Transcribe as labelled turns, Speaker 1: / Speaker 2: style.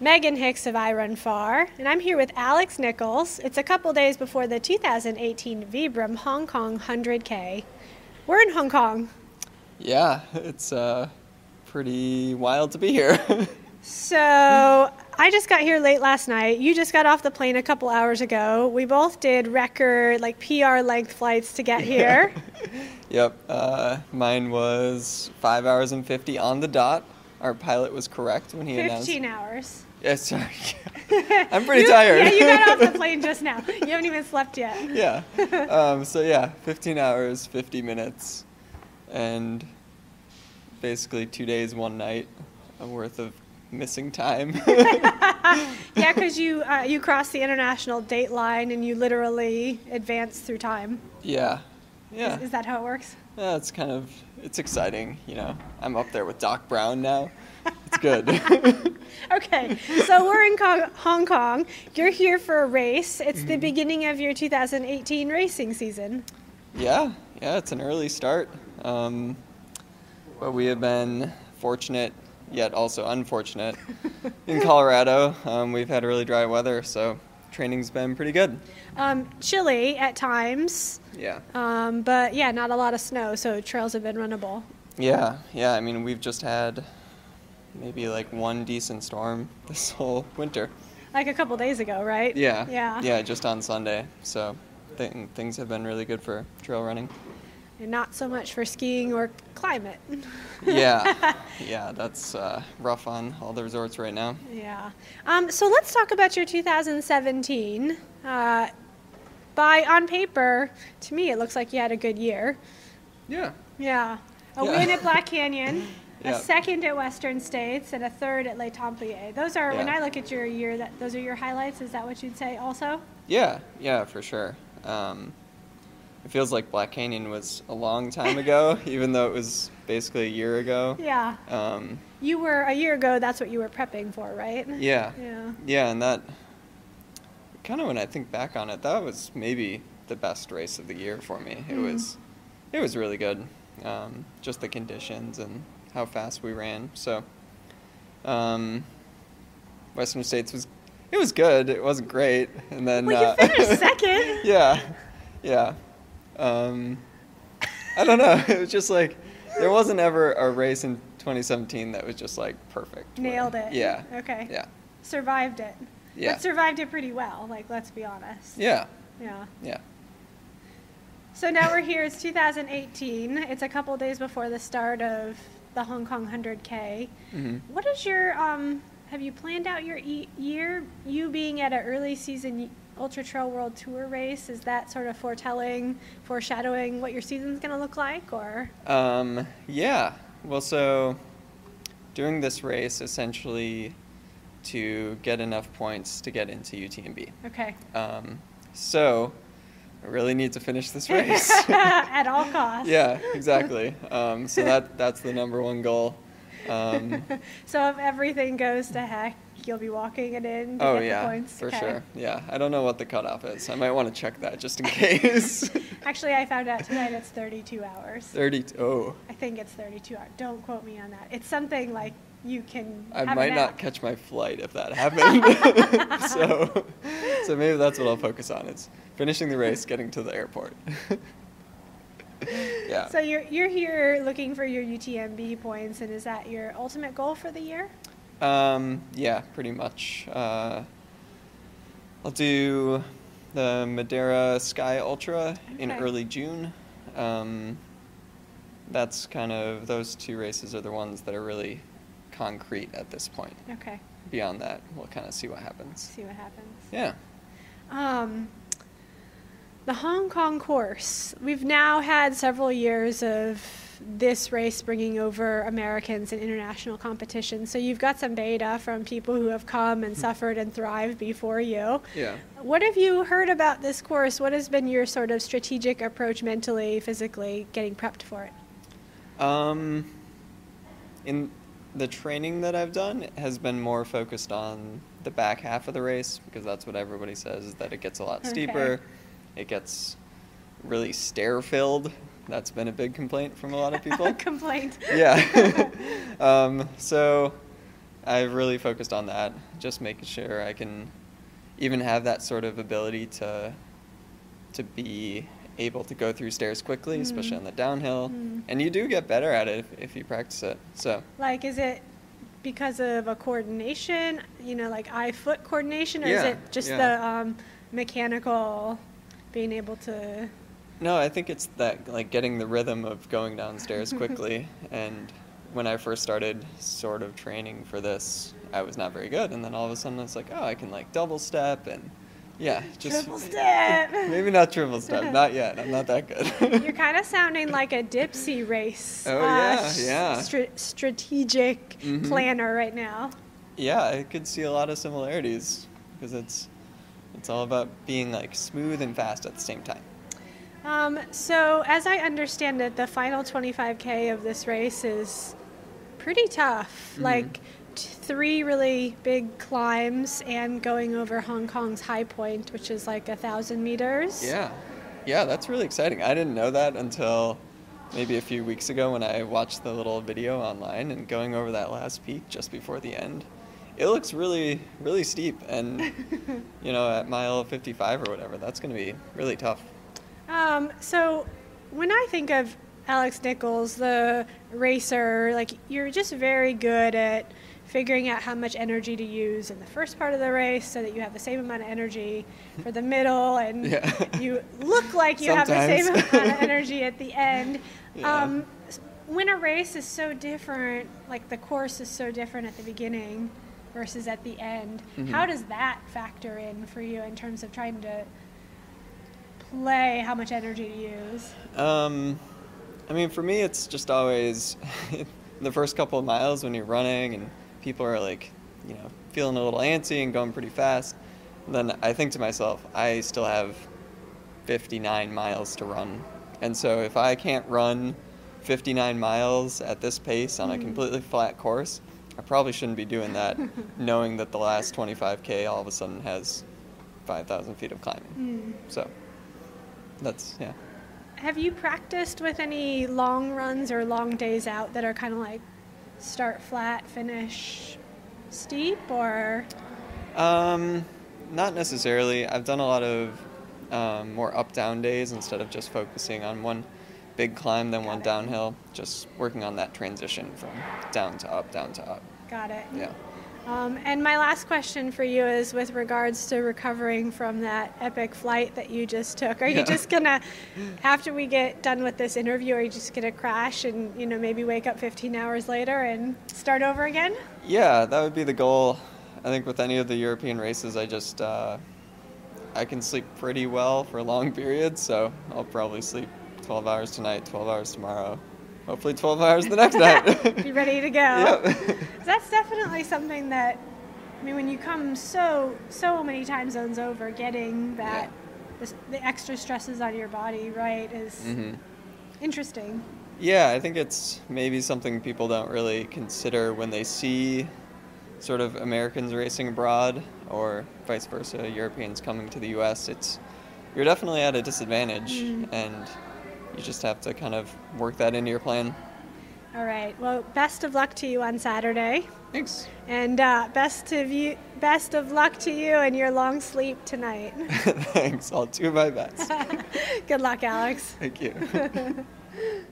Speaker 1: Megan Hicks of I Run Far, and I'm here with Alex Nichols. It's a couple days before the 2018 Vibram Hong Kong 100K. We're in Hong Kong.
Speaker 2: Yeah, it's uh, pretty wild to be here.
Speaker 1: So I just got here late last night. You just got off the plane a couple hours ago. We both did record, like PR length flights to get here.
Speaker 2: yep, uh, mine was five hours and 50 on the dot. Our pilot was correct when he announced.
Speaker 1: 15 hours.
Speaker 2: Yeah, sorry. I'm pretty
Speaker 1: You-
Speaker 2: tired.
Speaker 1: Yeah, you got off the plane just now. You haven't even slept yet.
Speaker 2: yeah. Um, so yeah, 15 hours, 50 minutes, and basically two days, one night worth of missing time.
Speaker 1: Yeah, because you uh, you crossed the international date line and you literally advance through time.
Speaker 2: yeah. Yeah.
Speaker 1: Is, is that how it works?
Speaker 2: yeah. It's kind of it's exciting, you know. I'm up there with Doc Brown now. It's good.
Speaker 1: Okay, so we're in Kong- Hong Kong. You're here for a race. It's the beginning of your 2018 racing season.
Speaker 2: yeah. Yeah, it's an early start. Um, but we have been fortunate yet also unfortunate in Colorado. Um, we've had really dry weather, so training's been pretty good.
Speaker 1: Um, chilly at times,
Speaker 2: Yeah.
Speaker 1: um, but yeah, not a lot of snow, so trails have been runnable.
Speaker 2: Yeah, yeah. I mean, we've just had maybe like one decent storm this whole winter.
Speaker 1: Like a couple days ago, right?
Speaker 2: Yeah.
Speaker 1: Yeah.
Speaker 2: Yeah, just on Sunday. So th- things have been really good for trail running.
Speaker 1: And not so much for skiing or climate.
Speaker 2: Yeah. yeah, that's uh, rough on all the resorts right now.
Speaker 1: Yeah. Um, so let's talk about your 2017. Uh, by on paper, to me, it looks like you had a good year.
Speaker 2: Yeah.
Speaker 1: Yeah. A
Speaker 2: Yeah.
Speaker 1: win at Black Canyon,
Speaker 2: Yeah.
Speaker 1: a second at Western States, and a third at Les Templiers. Those are when
Speaker 2: Yeah.
Speaker 1: I look at your year. That those are your highlights. Is that what you'd say? Also.
Speaker 2: Yeah, yeah, for sure. Um, it feels like Black Canyon was a long time ago, even though it was basically a year ago.
Speaker 1: Yeah.
Speaker 2: Um,
Speaker 1: You were a year ago. That's what you were prepping for, right?
Speaker 2: yeah.
Speaker 1: Yeah.
Speaker 2: Yeah, and that kind of when I think back on it, that was maybe the best race of the year for me. It
Speaker 1: Hmm.
Speaker 2: was, it was really good. Um, just the conditions and how fast we ran. So, um, Western States was, it was good. It wasn't great, and then
Speaker 1: Well,
Speaker 2: uh,
Speaker 1: you finished second.
Speaker 2: yeah, yeah. Um, I don't know. It was just like there wasn't ever a race in 2017 that was just like perfect. where-
Speaker 1: Nailed it.
Speaker 2: Yeah.
Speaker 1: Okay.
Speaker 2: Yeah.
Speaker 1: Survived it.
Speaker 2: Yeah.
Speaker 1: But survived it pretty well. Like, let's be honest.
Speaker 2: Yeah,
Speaker 1: Yeah.
Speaker 2: yeah,
Speaker 1: So now we're here. It's 2018. It's a couple days before the start of the Hong Kong 100K.
Speaker 2: Mhm.
Speaker 1: What is your um? Have you planned out your e- year? You being at an early season Ultra Trail World Tour race is that sort of foretelling, foreshadowing what your season's going to look like, or
Speaker 2: um, yeah. Well, so doing this race essentially to get enough points to get into UTMB.
Speaker 1: okay,
Speaker 2: Um, so I really need to finish this race.
Speaker 1: at all costs.
Speaker 2: yeah, exactly. Um, so that that's the number one goal. Um,
Speaker 1: So if everything goes to heck, you'll be walking it in to
Speaker 2: oh
Speaker 1: get
Speaker 2: yeah,
Speaker 1: the points.
Speaker 2: for
Speaker 1: Okay.
Speaker 2: sure. Yeah, I don't know what the cutoff is. I might want to check that just in case.
Speaker 1: Actually, I found out tonight it's 32 hours.
Speaker 2: Thirty. Oh,
Speaker 1: I think it's 32 hours. Don't quote me on that. It's something like you can.
Speaker 2: I
Speaker 1: have a
Speaker 2: might
Speaker 1: nap.
Speaker 2: not catch my flight if that happened. so, so maybe that's what I'll focus on. It's finishing the race, getting to the airport. yeah.
Speaker 1: So you're you're here looking for your UTMB points, and is that your ultimate goal for the year?
Speaker 2: Um, yeah, pretty much. Uh, I'll do the Madeira Sky Ultra in
Speaker 1: Okay.
Speaker 2: early June. Um, that's kind of those two races are the ones that are really concrete at this point.
Speaker 1: Okay,
Speaker 2: Beyond that, we'll kind of see what happens.
Speaker 1: see what happens.
Speaker 2: Yeah.
Speaker 1: Um, the Hong Kong course. We've now had several years of this race bringing over Americans in international competition. So you've got some data from people who have come and suffered and thrived before you.
Speaker 2: Hmm. Yeah.
Speaker 1: What have you heard about this course? What has been your sort of strategic approach mentally, physically, getting prepped for it?
Speaker 2: Um, in the training that I've done it has been more focused on the back half of the race because that's what everybody says is that it gets a lot
Speaker 1: Okay.
Speaker 2: steeper, it gets really stair filled. That's been a big complaint from a lot of people.
Speaker 1: Complaint.
Speaker 2: yeah. um, so I really focused on that, just making sure I can even have that sort of ability to to be able to go through stairs quickly, especially
Speaker 1: Mm.
Speaker 2: on the downhill.
Speaker 1: Mm.
Speaker 2: And you do get better at it if, if you practice it. So
Speaker 1: Like, is it because of a coordination, you know, like eye foot coordination, or is
Speaker 2: Yeah,
Speaker 1: it just
Speaker 2: yeah.
Speaker 1: the um, mechanical being able to?
Speaker 2: no, I think it's that like getting the rhythm of going downstairs quickly. and when I first started sort of training for this, I was not very good. And then all of a sudden, it's like, oh, I can like double step and yeah, just
Speaker 1: Triple step!
Speaker 2: Maybe not triple step, not yet. I'm not that good.
Speaker 1: You're kind of sounding like a dipsy race.
Speaker 2: Oh,
Speaker 1: uh,
Speaker 2: yeah,
Speaker 1: s-
Speaker 2: yeah.
Speaker 1: stra- strategic
Speaker 2: Mhm.
Speaker 1: planner right now.
Speaker 2: Yeah, I could see a lot of similarities because it's it's all about being like smooth and fast at the same time.
Speaker 1: Um, so, as I understand it, the final 25K of this race is pretty tough.
Speaker 2: Mhm.
Speaker 1: Like t- three really big climbs and going over Hong Kong's high point, which is like a thousand meters.
Speaker 2: Yeah. Yeah, that's really exciting. I didn't know that until maybe a few weeks ago when I watched the little video online and going over that last peak just before the end. It looks really really steep and you know at mile 55 or whatever, that's going to be really tough.
Speaker 1: Um, so, when I think of Alex Nichols, the racer, like you're just very good at figuring out how much energy to use in the first part of the race so that you have the same amount of energy for the middle and
Speaker 2: Yeah.
Speaker 1: you look like you have the same
Speaker 2: Sometimes.
Speaker 1: amount of energy at the end.
Speaker 2: Yeah.
Speaker 1: Um, s- when a race is so different, like the course is so different at the beginning versus at the end,
Speaker 2: Mhm.
Speaker 1: how does that factor in for you in terms of trying to play how much energy to use?
Speaker 2: Um, I mean, for me, it's just always the first couple of miles when you're running and people are like, you know, feeling a little antsy and going pretty fast. Then I think to myself, I still have 59 miles to run. And so if I can't run 59 miles at this pace on a completely flat course, I probably shouldn't be doing that, knowing that the last 25K all of a sudden has 5,000 feet of climbing. So that's, yeah.
Speaker 1: Have you practiced with any long runs or long days out that are kind of like start flat, finish steep, or
Speaker 2: Um, not necessarily. I've done a lot of um, more up down days instead of just focusing on one big climb, then one
Speaker 1: it.
Speaker 2: downhill. Just working on that transition from down to up, down to up.
Speaker 1: got it?
Speaker 2: Yeah.
Speaker 1: Um, and my last question for you is with regards to recovering from that epic flight that you just took. Are
Speaker 2: Yeah.
Speaker 1: you just gonna, after we get done with this interview, are you just gonna crash and you know maybe wake up 15 hours later and start over again?
Speaker 2: Yeah, that would be the goal. I think with any of the European races, I just uh, I can sleep pretty well for long periods, so I'll probably sleep 12 hours tonight, 12 hours tomorrow, hopefully 12 hours the next night.
Speaker 1: Be ready to go.
Speaker 2: yep.
Speaker 1: That's definitely something that, I mean, when you come so so many time zones over, getting that this, the extra stresses on your body, right, is
Speaker 2: hmm
Speaker 1: interesting.
Speaker 2: Yeah, I think it's maybe something people don't really consider when they see sort of Americans racing abroad or vice versa, Europeans coming to the US. It's you're definitely at a disadvantage
Speaker 1: Mm.
Speaker 2: and you just have to kind of work that into your plan.
Speaker 1: All right. Well, best of luck to you on Saturday.
Speaker 2: Thanks.
Speaker 1: And uh, best of you, best of luck to you and your long sleep tonight.
Speaker 2: Thanks. I'll do my best.
Speaker 1: Good luck, Alex.
Speaker 2: Thank you.